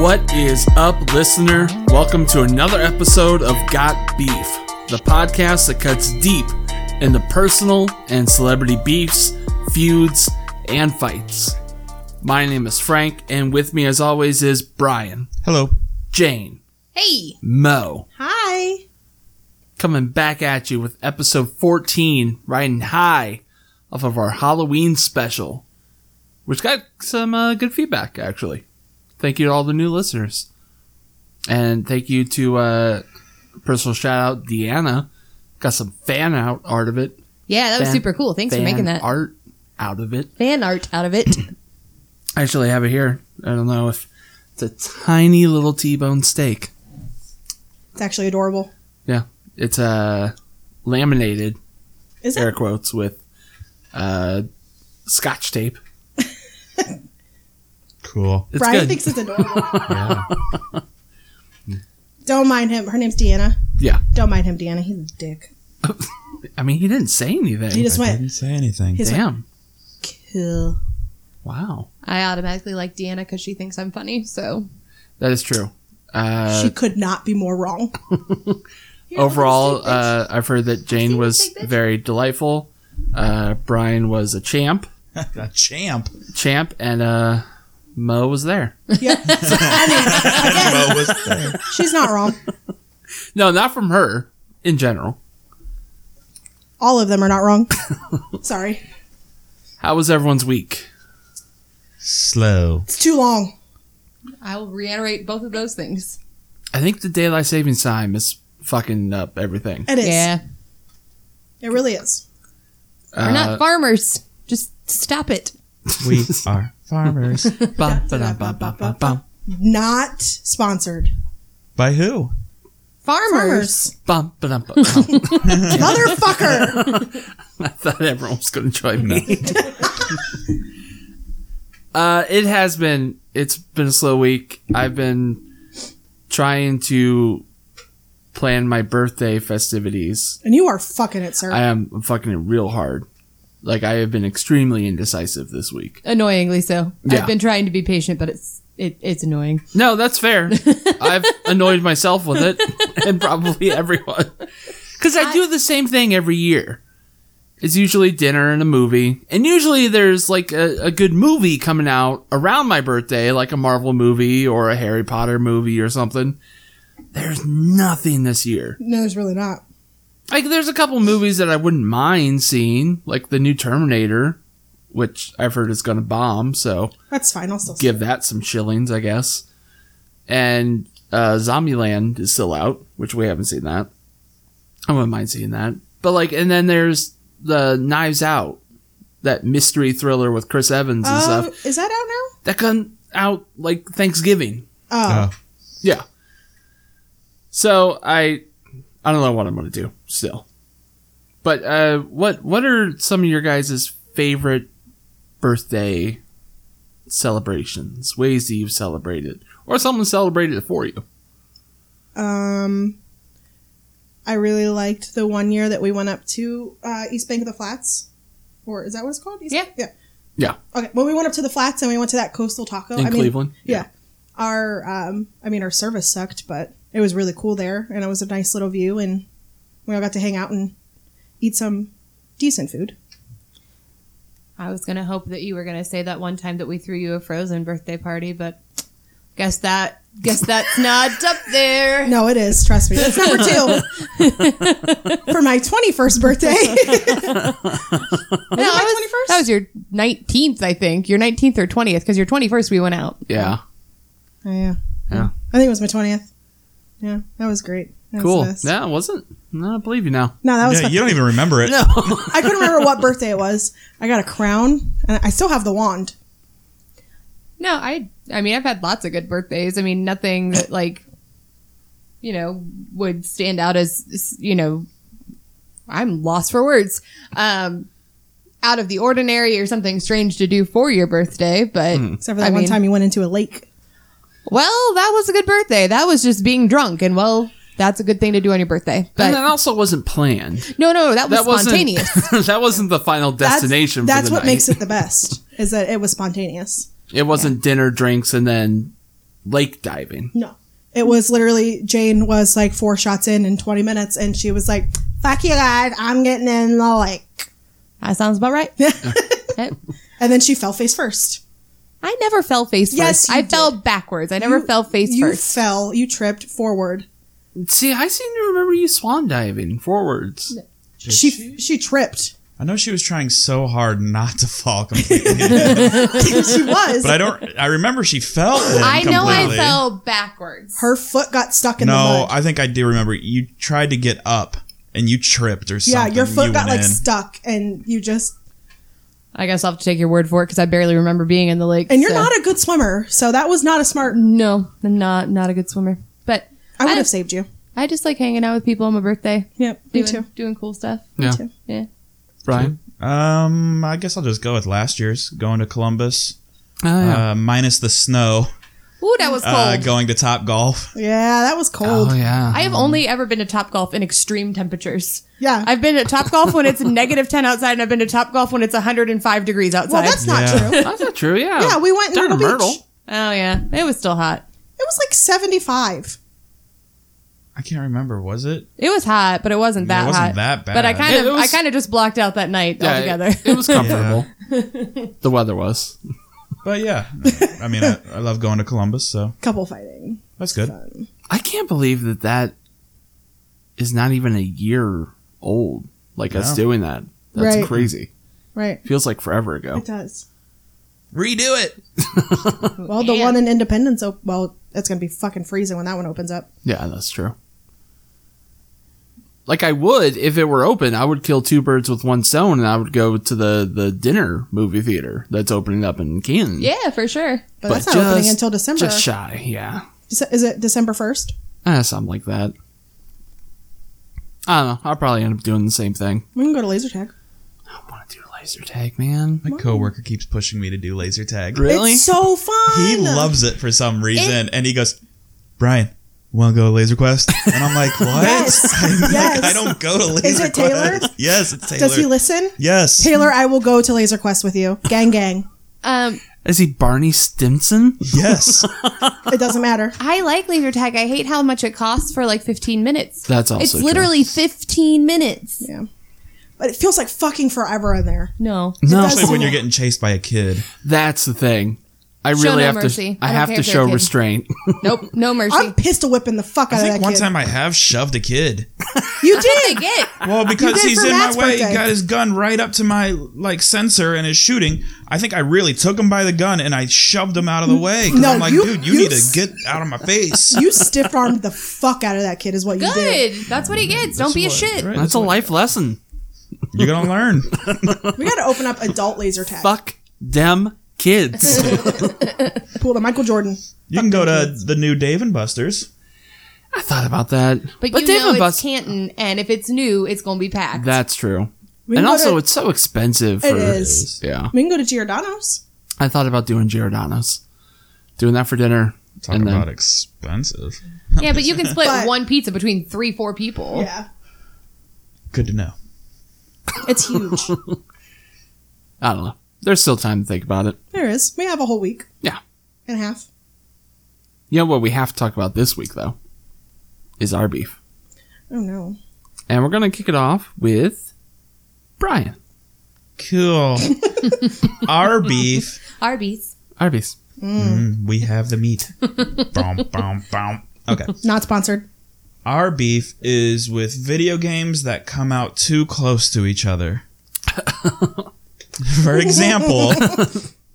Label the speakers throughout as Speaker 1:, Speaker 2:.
Speaker 1: What is up, listener? Welcome to another episode of Got Beef, the podcast that cuts deep into personal and celebrity beefs, feuds, and fights. My name is Frank, and with me, as always, is Brian,
Speaker 2: Hello.
Speaker 1: Jane,
Speaker 3: Hey.
Speaker 1: Mo.
Speaker 3: Hi.
Speaker 1: Coming back at you with episode 14, riding high off of our Halloween special, which got some uh, good feedback, actually. Thank you to all the new listeners. And thank you to uh, personal shout out, Deanna. Got some fan out art of it.
Speaker 3: Yeah, that was
Speaker 1: Fan-
Speaker 3: super cool. Thanks for
Speaker 1: fan
Speaker 3: making that
Speaker 1: Art out of it.
Speaker 3: fan art out of it.
Speaker 1: I actually have it here. I don't know if it's a tiny little T-bone steak.
Speaker 4: It's actually adorable.
Speaker 1: It's uh, laminated,
Speaker 4: Is it?
Speaker 1: air quotes, with uh, scotch tape.
Speaker 2: Cool.
Speaker 1: It's
Speaker 4: Brian
Speaker 1: good.
Speaker 4: thinks it's adorable.
Speaker 2: Yeah.
Speaker 4: Don't mind him. Her name's Deanna.
Speaker 1: Yeah.
Speaker 4: Don't mind him, Deanna. He's a dick.
Speaker 1: I mean, he didn't say anything.
Speaker 4: He just
Speaker 2: I
Speaker 4: went,
Speaker 2: didn't say anything.
Speaker 4: His-
Speaker 1: Damn.
Speaker 4: cool.
Speaker 1: Wow.
Speaker 3: I automatically like Deanna because she thinks I'm funny. So
Speaker 1: That is true. Uh,
Speaker 4: she could not be more wrong. You're a
Speaker 1: overall,
Speaker 4: little stupid.
Speaker 1: uh, I've heard that Jane was
Speaker 3: stupid bitch.
Speaker 1: very delightful. Uh, Brian was a champ,
Speaker 2: a champ.
Speaker 1: champ, and uh, Mo was there.
Speaker 2: Mo was there.
Speaker 4: She's not wrong.
Speaker 1: No, not from her. In general,
Speaker 4: All of them are not wrong. Sorry.
Speaker 1: how was everyone's week?
Speaker 2: Slow.
Speaker 4: It's too long.
Speaker 3: I will reiterate both of those things.
Speaker 1: I think the daylight savings time is fucking up everything.
Speaker 4: It is.
Speaker 3: Yeah.
Speaker 4: It really is.
Speaker 1: Uh,
Speaker 3: We're not farmers. Just stop it.
Speaker 2: We are farmers.
Speaker 1: bum, ba-dum, bum, bum, bum, bum,
Speaker 4: Not sponsored.
Speaker 2: By who?
Speaker 3: Farmers.
Speaker 4: Farmers.
Speaker 1: bum, ba-dum, bum, bum.
Speaker 4: Motherfucker.
Speaker 1: I thought everyone was going to join me. uh, it has been. It's been a slow week. I've been trying to plan my birthday festivities.
Speaker 4: and you are fucking it, sir.
Speaker 1: I am fucking it real hard. Like I have been extremely indecisive this week.
Speaker 3: Annoyingly so.
Speaker 1: Yeah.
Speaker 3: I've been trying to be patient, but it's it, it's annoying.
Speaker 1: No, that's fair. I've annoyed myself with it, and probably everyone, because I do the same thing every year. It's usually dinner and a movie, and usually there's like a, a good movie coming out around my birthday, like a Marvel movie or a Harry Potter movie or something. There's nothing this year.
Speaker 4: no, there's really not.
Speaker 1: Like, there's a couple movies that I wouldn't mind seeing, like the new Terminator, which I've heard is going to bomb. So
Speaker 4: That's fine. I'll still
Speaker 1: give that some shillings, I guess. And uh, Zombieland is still out, which we haven't seen that. I wouldn't mind seeing that. But like, and then there's the Knives Out, that mystery thriller with Chris Evans and
Speaker 4: Uh,
Speaker 1: stuff
Speaker 4: is that out
Speaker 1: that come out like Thanksgiving.
Speaker 4: now? Oh.
Speaker 1: Yeah. So I, I don't know what I'm gonna do still. But uh, what what are some of your guys' favorite birthday celebrations? Ways that you've celebrated, or someone celebrated it for you?
Speaker 4: Um, I really liked the one year that we went up to uh, East Bank of the Flats, or is that what it's called? East
Speaker 3: Yeah.
Speaker 4: Bank? yeah,
Speaker 1: Yeah.
Speaker 4: Okay, well, we went up to the flats and we went to that coastal taco.
Speaker 1: In
Speaker 4: I mean,
Speaker 1: Cleveland.
Speaker 4: yeah. our um, I mean, our service sucked, but it was really cool there, and it was a nice little view, and we all got to hang out and eat some decent food.
Speaker 3: I was gonna hope that you were gonna say that one time that we threw you a frozen birthday party, but guess that guess that's not up there.
Speaker 4: No, it is. Trust me, that's number two for my twenty-first birthday. Oh,
Speaker 3: No,
Speaker 4: my
Speaker 3: that was-
Speaker 4: 21st?
Speaker 3: That was your 19th, I think. Your 19th or 20th, because your 21st we went out.
Speaker 1: Yeah.
Speaker 4: Oh, yeah,
Speaker 1: Yeah.
Speaker 4: I think it was my twentieth. Yeah, that was great. That was the
Speaker 1: Cool.
Speaker 4: best.
Speaker 1: Yeah, it wasn't. No, I believe you now.
Speaker 4: No, that was
Speaker 2: Yeah,
Speaker 4: fun.
Speaker 2: you don't even remember it.
Speaker 4: I couldn't remember what birthday it was. I got a crown, and I still have the wand.
Speaker 3: No, I I mean I've had lots of good birthdays. I mean nothing that like you know would stand out as you know I'm lost for words. Um out of the ordinary or something strange to do for your birthday, but
Speaker 4: Except for
Speaker 3: I
Speaker 4: that one
Speaker 3: mean-
Speaker 4: time you went into a lake.
Speaker 3: well, that was a good birthday. That was just being drunk and well, that's a good thing to do on your birthday.
Speaker 1: and that
Speaker 3: But
Speaker 1: also wasn't planned.
Speaker 3: no, no, that was
Speaker 1: Uh-huh. That wasn't
Speaker 3: spontaneous.
Speaker 1: that wasn't the final destination.
Speaker 4: That's, that's
Speaker 1: for the
Speaker 4: what
Speaker 1: night.
Speaker 4: makes it the best. Is that it was spontaneous.
Speaker 1: It wasn't dinner, drinks, and then lake diving.
Speaker 4: No. It was literally Jane was like four shots in in 20 minutes and she was like, fuck you guys, I'm getting in the lake.
Speaker 3: That sounds about right. Yep.
Speaker 4: And then she fell face first.
Speaker 3: I never fell face
Speaker 4: Yes,
Speaker 3: first.
Speaker 4: you
Speaker 3: I
Speaker 4: did.
Speaker 3: fell backwards. I never fell face
Speaker 4: You
Speaker 3: first.
Speaker 4: fell, you tripped forward.
Speaker 1: See, I seem to remember you swan diving forwards.
Speaker 4: She she, tripped.
Speaker 2: I know she was trying so hard not to fall completely,
Speaker 4: she was.
Speaker 2: but I don't. I remember she fell. in
Speaker 3: I know I
Speaker 2: completely.
Speaker 3: fell backwards.
Speaker 4: Her foot got stuck in the
Speaker 2: No,
Speaker 4: mud.
Speaker 2: I think I do remember. You tried to get up and you tripped or
Speaker 4: yeah,
Speaker 2: something.
Speaker 4: your foot
Speaker 2: You
Speaker 4: got like
Speaker 2: went in.
Speaker 4: stuck and you just
Speaker 3: I guess I'll have to take your word for it because I barely remember being in the lake.
Speaker 4: and you're
Speaker 3: so-
Speaker 4: not a good swimmer, so that was not a smart
Speaker 3: No, I'm not not a good swimmer. But
Speaker 4: I would
Speaker 3: I-
Speaker 4: have saved you.
Speaker 3: I just like hanging out with people on my birthday,
Speaker 4: Yep, me
Speaker 3: doing
Speaker 4: too.
Speaker 3: doing cool stuff.
Speaker 1: Yeah.
Speaker 4: too.
Speaker 3: Yeah.
Speaker 1: Brian?
Speaker 2: Um, I guess I'll just go with last year's going to Columbus,
Speaker 1: Oh, yeah.
Speaker 2: uh, minus the snow.
Speaker 3: Ooh, that was cold.
Speaker 2: Uh, going to Top Golf.
Speaker 4: Yeah, that was cold.
Speaker 1: oh, yeah.
Speaker 3: I have only ever been to Top Golf in extreme temperatures.
Speaker 4: yeah.
Speaker 3: I've been to Top Golf when it's negative ten outside, and I've been to Top Golf when it's 105 degrees outside.
Speaker 4: well, that's not
Speaker 2: Yeah.
Speaker 4: true. It
Speaker 1: That's not true, yeah.
Speaker 4: Yeah, we went in
Speaker 1: Down to
Speaker 4: Myrtle
Speaker 1: Myrtle.
Speaker 4: Beach.
Speaker 3: oh yeah, it was still hot.
Speaker 4: was like 75.
Speaker 2: I can't remember. Was it?
Speaker 3: It was hot, but it wasn't
Speaker 2: Yeah,
Speaker 3: that
Speaker 2: it wasn't
Speaker 3: hot.
Speaker 2: that bad.
Speaker 3: But I kind
Speaker 1: It-
Speaker 3: of,
Speaker 1: it was-
Speaker 3: I kind of just blocked out that night
Speaker 1: Yeah,
Speaker 3: altogether.
Speaker 1: It, it was comfortable. the weather was.
Speaker 2: But yeah, I mean, I, I love going to Columbus, so
Speaker 4: Couple fighting.
Speaker 2: that's good.
Speaker 4: Fun.
Speaker 1: I can't believe that that is not even a year old. Like us
Speaker 2: No.
Speaker 1: doing that. That's
Speaker 4: Right.
Speaker 1: crazy.
Speaker 4: Right.
Speaker 1: Feels like forever ago.
Speaker 4: It does.
Speaker 2: Redo it.
Speaker 4: Well, the
Speaker 3: Man.
Speaker 4: one in Independence, op- well, it's going to be fucking freezing when that one opens up.
Speaker 1: Yeah, that's true. Like I would if it were open, I would kill two birds with one stone, and I would go to the the dinner movie theater that's opening up in Canton.
Speaker 3: yeah, for sure.
Speaker 4: But, that's not opening until December.
Speaker 1: Just shy, yeah,
Speaker 4: Dece- is it December 1st?
Speaker 1: uh, something like that. I don't know. I'll probably end up doing the same thing.
Speaker 4: We can go to laser tag.
Speaker 1: I want to do laser tag, man.
Speaker 2: My coworker keeps pushing me to do laser tag.
Speaker 1: Really?
Speaker 4: It's so fun.
Speaker 2: He loves it for some reason, and he goes, "Brian, want to go to Laser Quest?" And I'm like, "What?
Speaker 4: Yes.
Speaker 2: I'm like,
Speaker 4: Yes.
Speaker 2: I don't go to Laser
Speaker 4: Is it Taylor?
Speaker 2: Quest." Yes, it's Taylor.
Speaker 4: Does he listen?
Speaker 2: yes.
Speaker 4: Taylor, I will go to Laser Quest with you. Gang, gang.
Speaker 3: Um,
Speaker 1: Is he Barney Stinson?
Speaker 2: Yes.
Speaker 4: It doesn't matter.
Speaker 3: I like laser tag. I hate how much it costs for like 15 minutes.
Speaker 1: That's also
Speaker 3: it's
Speaker 1: true.
Speaker 3: literally 15 minutes.
Speaker 4: Yeah. But it feels like fucking forever in there.
Speaker 3: No,
Speaker 1: No,
Speaker 4: does-
Speaker 2: Especially when you're getting chased by a kid.
Speaker 1: that's the thing. I
Speaker 3: Show
Speaker 1: really
Speaker 3: no
Speaker 1: have
Speaker 3: mercy.
Speaker 1: to. I,
Speaker 3: I don't
Speaker 1: have
Speaker 3: care
Speaker 1: to
Speaker 3: if they're
Speaker 1: show
Speaker 3: a kid.
Speaker 1: restraint.
Speaker 3: nope, no mercy.
Speaker 4: I'm pistol whipping the fuck out
Speaker 2: I
Speaker 4: of
Speaker 2: think
Speaker 4: that
Speaker 2: one
Speaker 4: kid.
Speaker 2: time I have shoved a kid.
Speaker 4: you did.
Speaker 3: They get
Speaker 2: Well, because
Speaker 4: did
Speaker 2: he's
Speaker 4: for
Speaker 2: in
Speaker 4: Matt's
Speaker 2: my way,
Speaker 4: birthday.
Speaker 2: he got his gun right up to my like sensor and is shooting. I think I really took him by the gun and I shoved him out of the way. 'Cause
Speaker 4: No,
Speaker 2: I'm like,
Speaker 4: you-
Speaker 2: dude, you,
Speaker 4: you
Speaker 2: need
Speaker 4: s-
Speaker 2: to get out of my face.
Speaker 4: you stiff armed the fuck out of that kid, is what you did.
Speaker 3: good. That's what he gets. Don't be a
Speaker 2: What?
Speaker 3: shit.
Speaker 2: Right,
Speaker 1: That's a
Speaker 2: what-
Speaker 1: life lesson.
Speaker 2: You're gonna learn.
Speaker 4: We got to open up adult laser tag.
Speaker 1: Fuck them kids.
Speaker 4: Pull to Michael Jordan.
Speaker 2: You can go to the new Dave and Buster's.
Speaker 1: I thought about that.
Speaker 3: But, you
Speaker 1: Dave
Speaker 3: know
Speaker 1: and
Speaker 3: it's
Speaker 1: Bus-
Speaker 3: Canton, and if it's new, it's gonna be packed.
Speaker 1: That's true.
Speaker 4: We can
Speaker 1: and
Speaker 4: go
Speaker 1: also,
Speaker 4: to-
Speaker 1: it's so expensive. For,
Speaker 4: It is.
Speaker 1: Yeah.
Speaker 4: We can go to Giordano's.
Speaker 1: I thought about doing Giordano's, doing that for dinner.
Speaker 2: Talk
Speaker 1: and then-
Speaker 2: about expensive.
Speaker 3: yeah, but you can split
Speaker 4: But-
Speaker 3: one pizza between three, four people.
Speaker 4: Yeah.
Speaker 2: Good to know.
Speaker 4: It's huge.
Speaker 1: I don't know. There's still time to think about it.
Speaker 4: there is. We have a whole week.
Speaker 1: Yeah.
Speaker 4: And a half.
Speaker 1: You know what we have to talk about this week though is our beef,
Speaker 4: Oh no.
Speaker 1: and we're gonna kick it off with Brian
Speaker 2: Cool. Our beef.
Speaker 3: Arby's.
Speaker 1: Arby's.
Speaker 2: Mm, we have the meat. Bom, bom, bom. Okay.
Speaker 4: Not sponsored.
Speaker 2: Our beef is with video games that come out too close to each other. For example,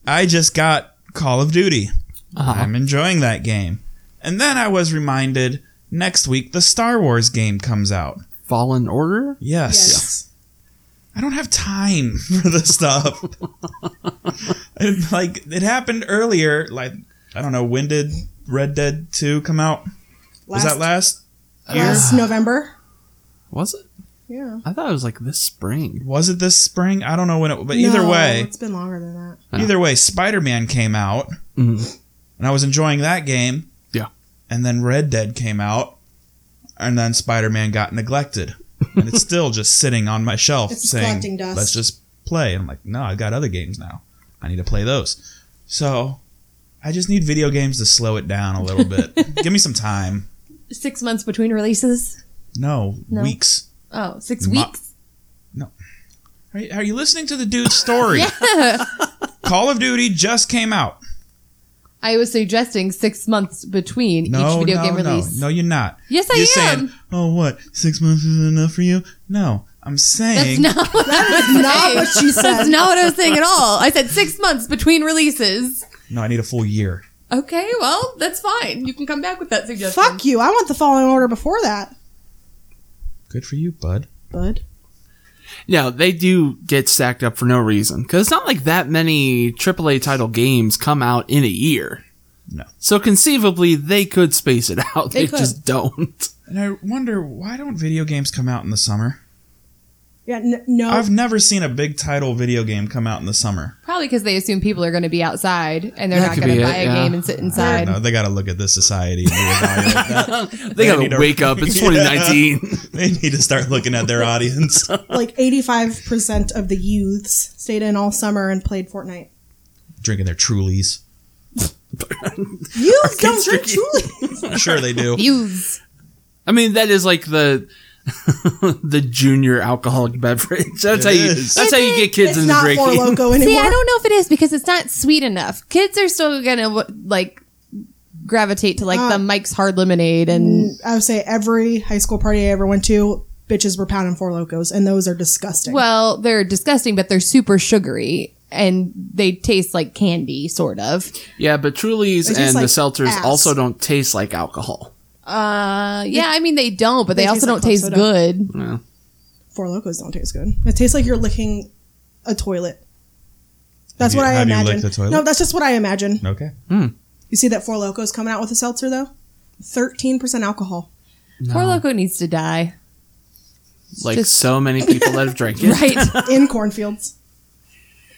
Speaker 2: I just got Call of Duty.
Speaker 4: Uh-huh.
Speaker 1: Uh-huh.
Speaker 2: I'm enjoying that game. And then I was reminded next week the Star Wars game comes out.
Speaker 1: Fallen Order.
Speaker 2: Yes. I don't have time for this stuff. And, like it happened earlier, like I don't know when did Red Dead 2 come out?
Speaker 4: Last,
Speaker 2: Was that last?
Speaker 4: last November?
Speaker 1: Was it?
Speaker 4: Yeah.
Speaker 1: I thought it was like this spring.
Speaker 2: Was it this spring? I don't know when it but either
Speaker 4: No,
Speaker 2: way,
Speaker 4: It's been longer than that.
Speaker 1: Yeah.
Speaker 2: Either way, Spider Man came out,
Speaker 1: Mhm.
Speaker 2: and I was enjoying that game.
Speaker 1: Yeah.
Speaker 2: And then Red Dead came out, and then Spider Man got neglected, and it's still just sitting on my shelf
Speaker 4: It's just
Speaker 2: saying,
Speaker 4: collecting dust.
Speaker 2: "Let's just play." And I'm like, "No, I've got other games now. I need to play those." So I just need video games to slow it down a little bit. Give me some time.
Speaker 3: Six months between releases.
Speaker 2: No,
Speaker 3: No.
Speaker 2: weeks.
Speaker 3: Oh, six
Speaker 2: Mo-
Speaker 3: weeks.
Speaker 2: Are you, are you listening to the dude's story?
Speaker 3: Yeah.
Speaker 2: Call of Duty just came out.
Speaker 3: I was suggesting six months between
Speaker 2: No,
Speaker 3: each video
Speaker 2: no,
Speaker 3: game
Speaker 2: no,
Speaker 3: release.
Speaker 2: no, you're not.
Speaker 3: Yes, I
Speaker 2: you're
Speaker 3: am.
Speaker 2: saying, oh, what? Six months is enough for you? No, I'm
Speaker 3: That's
Speaker 2: saying
Speaker 3: not what I was
Speaker 4: Not
Speaker 3: saying.
Speaker 4: what she
Speaker 3: That's
Speaker 4: said.
Speaker 3: not what I was saying at all. I said six months between releases.
Speaker 2: no. I need a full year.
Speaker 3: Okay, well, that's fine. You can come back with that suggestion.
Speaker 4: Fuck you. I want the Fallen Order before that.
Speaker 2: Good for you, bud.
Speaker 4: Bud.
Speaker 1: No, they do get stacked up for no reason. Because it's not like that many AAA title games come out in a year.
Speaker 2: No.
Speaker 1: So conceivably, they could space it out. They,
Speaker 4: They
Speaker 1: just don't.
Speaker 2: And I wonder why don't video games come out in the summer?
Speaker 4: Yeah, n- no.
Speaker 2: I've never seen a big title video game come out in the summer.
Speaker 3: Probably because they assume people are going to be outside and they're
Speaker 1: That
Speaker 3: not
Speaker 1: could
Speaker 3: going
Speaker 1: be
Speaker 3: to
Speaker 1: it,
Speaker 3: buy a
Speaker 1: yeah.
Speaker 3: game and sit
Speaker 2: I
Speaker 3: inside.
Speaker 2: don't know. They got to look at this society and reevaluate that.
Speaker 1: They
Speaker 2: need
Speaker 1: gotta
Speaker 2: to-
Speaker 1: wake up. It's
Speaker 2: Yeah.
Speaker 1: 2019.
Speaker 2: They need to start looking at their audience.
Speaker 4: like 85% of the youths stayed in all summer and played Fortnite.
Speaker 2: Drinking their Trulies.
Speaker 4: Youths don't drink
Speaker 1: drinking-
Speaker 4: truly.
Speaker 2: Sure they do.
Speaker 3: Views.
Speaker 1: I mean, that is like the the junior alcoholic beverage. That's
Speaker 2: It
Speaker 1: how you.
Speaker 2: is.
Speaker 1: That's how you get kids
Speaker 4: it's
Speaker 1: into
Speaker 4: not Four
Speaker 1: drinking.
Speaker 4: Loko anymore.
Speaker 3: See, I don't know if it is because it's not sweet enough. Kids are still going to, like, gravitate to, like, the Mike's Hard Lemonade and.
Speaker 4: I would say every high school party I ever went to, bitches were pounding Four Locos, and those are disgusting.
Speaker 3: Well, they're disgusting, but they're super sugary and they taste like candy, sort of.
Speaker 1: Yeah, but Trulies
Speaker 4: It's
Speaker 1: and
Speaker 4: just
Speaker 1: the
Speaker 4: like
Speaker 1: seltzers
Speaker 4: ass.
Speaker 1: also don't taste like alcohol.
Speaker 3: Uh, yeah, I mean they don't, but they,
Speaker 4: They taste
Speaker 3: also don't
Speaker 4: like club
Speaker 3: taste
Speaker 4: soda.
Speaker 3: good.
Speaker 1: Yeah.
Speaker 4: Four Locos don't taste good. It tastes like you're licking a toilet. That's
Speaker 2: Have
Speaker 4: what
Speaker 2: you-
Speaker 4: I
Speaker 2: have you
Speaker 4: imagine.
Speaker 2: licked a toilet?
Speaker 4: No, that's just what I imagine.
Speaker 2: Okay.
Speaker 4: You see that Four Locos coming out with a seltzer though, thirteen percent alcohol.
Speaker 3: Poor Loco needs to die.
Speaker 1: Like
Speaker 3: just-
Speaker 1: so many people that have drank it.
Speaker 3: Right.
Speaker 4: in cornfields.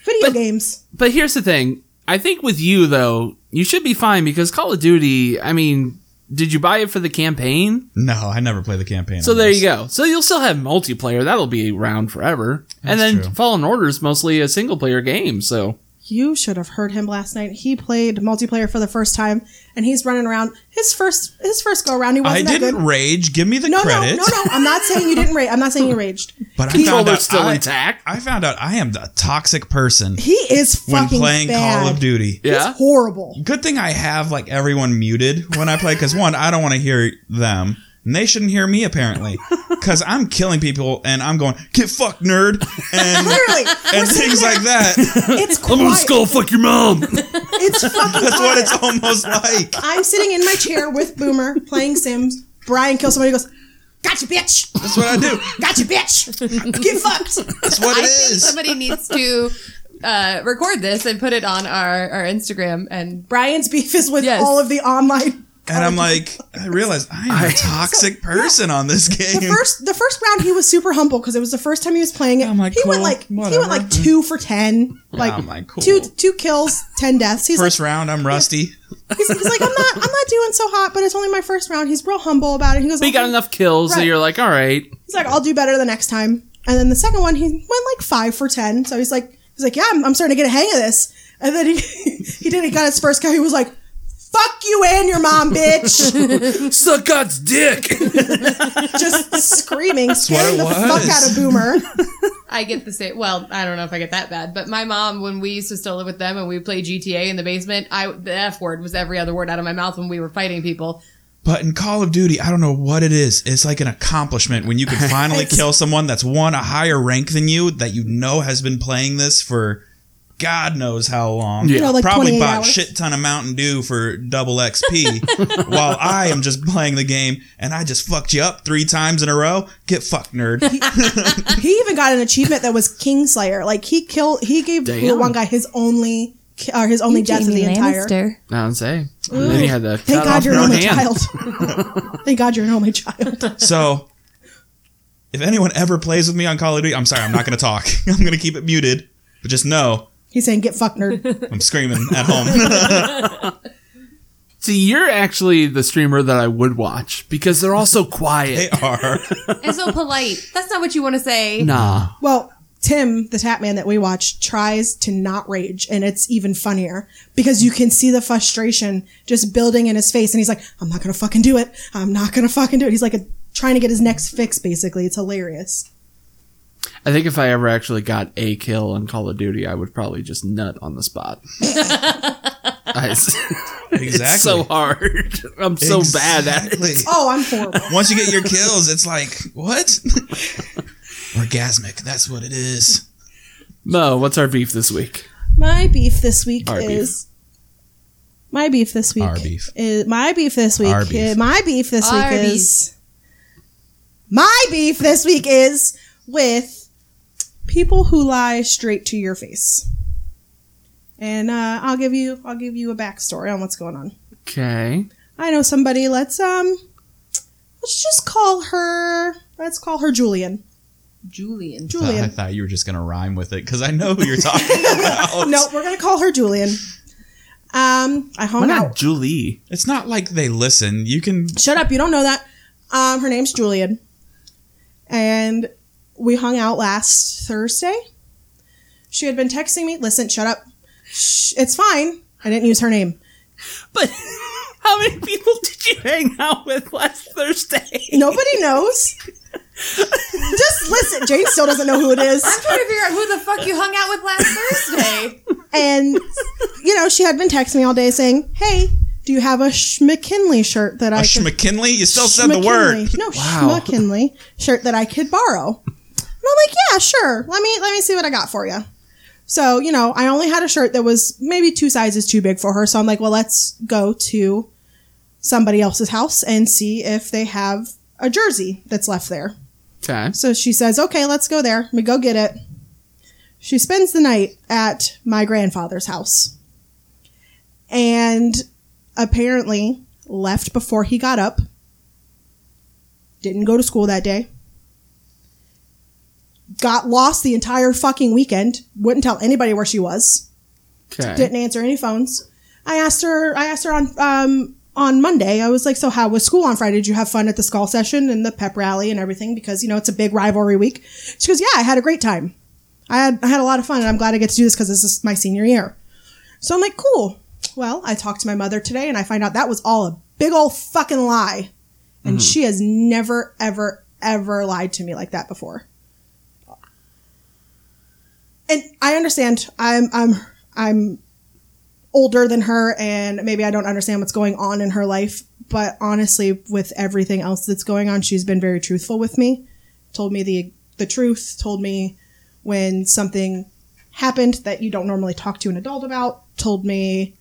Speaker 4: Video games.
Speaker 1: But here's the thing. I think with you though, you should be fine because Call of Duty. I mean, did you buy it for the campaign?
Speaker 2: No, I never play the campaign.
Speaker 1: So
Speaker 2: on
Speaker 1: there
Speaker 2: this.
Speaker 1: you go. So you'll still have multiplayer. That'll be around forever. and
Speaker 2: That's
Speaker 1: then
Speaker 2: true.
Speaker 1: Fallen Order is mostly a single player game. So
Speaker 4: You should have heard him last night. He played multiplayer for the first time, and he's running around. His first, his first go around, he
Speaker 2: I
Speaker 4: wasn't that
Speaker 2: didn't
Speaker 4: good.
Speaker 2: rage. Give me the
Speaker 4: No,
Speaker 2: credit.
Speaker 4: no, no, no. I'm not saying you didn't rage. I'm not saying you raged.
Speaker 2: But I found out
Speaker 1: controller's still
Speaker 2: I,
Speaker 1: intact.
Speaker 2: I found out I am a toxic person
Speaker 4: He is
Speaker 2: when
Speaker 4: fucking
Speaker 2: playing
Speaker 4: bad.
Speaker 2: Call of Duty.
Speaker 1: yeah.
Speaker 4: It's horrible.
Speaker 2: Good thing I have like everyone muted when I play because one, I don't want to hear them, and they shouldn't hear me apparently because I'm killing people and I'm going get fucked nerd and
Speaker 4: Literally,
Speaker 2: and things like that.
Speaker 4: it's
Speaker 1: I'm gonna
Speaker 4: quiet.
Speaker 1: skull fuck your mom.
Speaker 4: It's fucking
Speaker 2: That's what
Speaker 4: quiet.
Speaker 2: it's almost like.
Speaker 4: I'm sitting in my chair with Boomer playing Sims. Brian kills somebody. He goes, "Gotcha, bitch!
Speaker 2: That's what I do.
Speaker 4: Gotcha, bitch! Get fucked!"
Speaker 2: That's what
Speaker 3: I
Speaker 2: it
Speaker 3: think
Speaker 2: is.
Speaker 3: somebody needs to uh, record this and put it on our, our Instagram and
Speaker 4: Brian's beef is with
Speaker 3: Yes.
Speaker 4: all of the online.
Speaker 2: And I'm like, I realize I am a toxic person on this game.
Speaker 4: The first, the first round, he was super humble because it was the first time he was playing it.
Speaker 2: I'm like,
Speaker 4: he
Speaker 2: cool,
Speaker 4: went like he
Speaker 2: whatever.
Speaker 4: went like two for ten, like
Speaker 2: I'm like, cool.
Speaker 4: two two kills, ten deaths. He's
Speaker 2: Oh first round, I'm rusty.
Speaker 4: like, he's, he's like, I'm not, I'm not doing so hot, but it's only my first round. He's real humble about it. He goes,
Speaker 1: But you got
Speaker 4: "Okay."
Speaker 1: enough kills that
Speaker 4: Right.
Speaker 1: you're like, all right.
Speaker 4: He's like, I'll do better the next time. And then the second one, he went like five for ten. So he's like, he's like, yeah, I'm, I'm starting to get a hang of this. And then he he did. He got his first kill. He was like, fuck you and your mom, bitch,
Speaker 1: Suck God's dick.
Speaker 4: just screaming, scaring the
Speaker 2: what it
Speaker 4: fuck
Speaker 2: was.
Speaker 4: out of Boomer.
Speaker 3: I get the same. Well, I don't know if I get that bad, but my mom, when we used to still live with them and we played GTA in the basement, I the F word was every other word out of my mouth when we were fighting people.
Speaker 2: But in Call of Duty, I don't know what it is. It's like an accomplishment when you can finally kill someone that's won a higher rank than you that you know has been playing this for God knows how long.
Speaker 1: You know,
Speaker 4: like
Speaker 2: Probably
Speaker 4: 28
Speaker 2: bought
Speaker 4: hours.
Speaker 2: shit ton of Mountain Dew for double XP while I am just playing the game and I just fucked you up three times in a row. Get fucked, nerd.
Speaker 4: He even got an achievement that was Kingslayer. Like he killed, he gave
Speaker 1: Damn.
Speaker 4: the one guy his only, ki- or his only death of the entire.
Speaker 1: I don't say. And then you had the
Speaker 4: Thank
Speaker 1: cut off
Speaker 4: God you're
Speaker 1: your
Speaker 4: an
Speaker 1: own
Speaker 4: only
Speaker 1: hand.
Speaker 4: child. Thank God you're an only child.
Speaker 2: So if anyone ever plays with me on Call of Duty, I'm sorry, I'm not going to talk. I'm going to keep it muted. But just know
Speaker 4: He's saying, "Get fucked, nerd."
Speaker 2: I'm screaming at home.
Speaker 1: See, you're actually the streamer that I would watch because they're all so quiet.
Speaker 2: they are.
Speaker 3: And so polite. That's not what you want to say.
Speaker 1: nah.
Speaker 4: Well, Tim, the tap man that we watch, tries to not rage, and it's even funnier because you can see the frustration just building in his face, and he's like, "I'm not gonna fucking do it. I'm not gonna fucking do it." He's like a, trying to get his next fix. Basically, it's hilarious.
Speaker 1: I think if I ever actually got a kill on Call of Duty, I would probably just nut on the spot. I, It's so
Speaker 2: Exactly.
Speaker 1: hard. I'm so bad at it.
Speaker 2: Exactly.
Speaker 4: Oh, I'm horrible.
Speaker 2: Once you get your kills, it's like what? Orgasmic. That's what it is.
Speaker 1: Mo, what's our beef this week?
Speaker 4: My beef this week
Speaker 1: Our beef.
Speaker 4: is. My beef this week.
Speaker 2: Our beef.
Speaker 4: Is, my beef this week.
Speaker 2: Our beef.
Speaker 4: uh, my beef this
Speaker 3: Our
Speaker 4: week is. My beef this week is with people who lie straight to your face. And uh, I'll give you I'll give you a backstory on what's going on.
Speaker 1: Okay.
Speaker 4: I know somebody. Let's um, let's just call her. Let's call her Julian.
Speaker 3: Julian.
Speaker 4: Julian.
Speaker 2: I thought you were just gonna rhyme with it because I know who you're talking about.
Speaker 4: No, we're gonna call her Julian. Um,
Speaker 1: Why
Speaker 4: I hung
Speaker 1: not
Speaker 4: out.
Speaker 1: Julie?
Speaker 2: It's not like they listen. You can.
Speaker 4: Shut up, you don't know that. Um, her name's Julian, and we hung out last Thursday. She had been texting me. Listen, shut up. Shh, it's fine. I didn't use her name.
Speaker 1: But how many people did you hang out with last Thursday?
Speaker 4: Nobody knows. Just listen. Jane still doesn't know who it is.
Speaker 3: I'm trying to figure out who the fuck you hung out with last Thursday.
Speaker 4: and you know she had been texting me all day saying, "Hey, do you have a Sh- McKinley shirt that I
Speaker 2: A
Speaker 4: could
Speaker 2: schmckinley? You still said the word.
Speaker 4: Schmckinley. No,
Speaker 1: Wow.
Speaker 4: Schmckinley shirt that I could borrow." And I'm like, "Yeah, sure. Let me let me see what I got for you." So you know, I only had a shirt that was maybe two sizes too big for her. So I'm like, "Well, let's go to somebody else's house and see if they have a jersey that's left there."
Speaker 1: Okay.
Speaker 4: So she says, okay, let's go there. We go get it. She spends the night at my grandfather's house. And apparently left before he got up. Didn't go to school that day. Got lost the entire fucking weekend. Wouldn't tell anybody where she was
Speaker 1: Okay.
Speaker 4: didn't answer any phones. I asked her. I asked her on um, on Monday. I was like, "So how was school on Friday? Did you have fun at the skull session and the pep rally and everything? Because you know it's a big rivalry week." She goes, "Yeah, I had a great time. I had I had a lot of fun, and I'm glad I get to do this because this is my senior year." So I'm like, "Cool." Well, I talked to my mother today, and I find out that was all a big old fucking lie, and she has never, ever, ever lied to me like that before and I understand. I'm I'm I'm older than her, and maybe I don't understand what's going on in her life. But honestly, with everything else that's going on, she's been very truthful with me. Told me the the truth. Told me when something happened that you don't normally talk to an adult about. Told me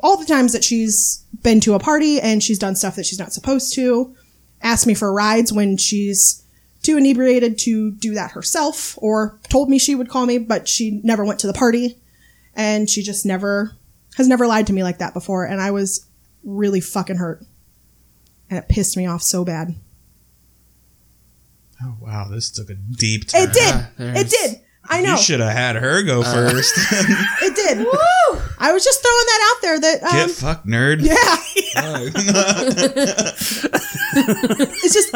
Speaker 4: all the times that she's been to a party and she's done stuff that she's not supposed to. Asked me for rides when she's too inebriated to do that herself or told me she would call me, but she never went to the party and she just never has never lied to me like that before. And I was really fucking hurt and it pissed me off so bad.
Speaker 2: Oh wow, this took a deep turn.
Speaker 4: It did.
Speaker 1: Ah, there's-
Speaker 4: it did. I know.
Speaker 2: You should have had her go first.
Speaker 4: It did. Woo! I was just throwing that out there that, um,
Speaker 2: Get fucked, nerd.
Speaker 4: yeah, it's just,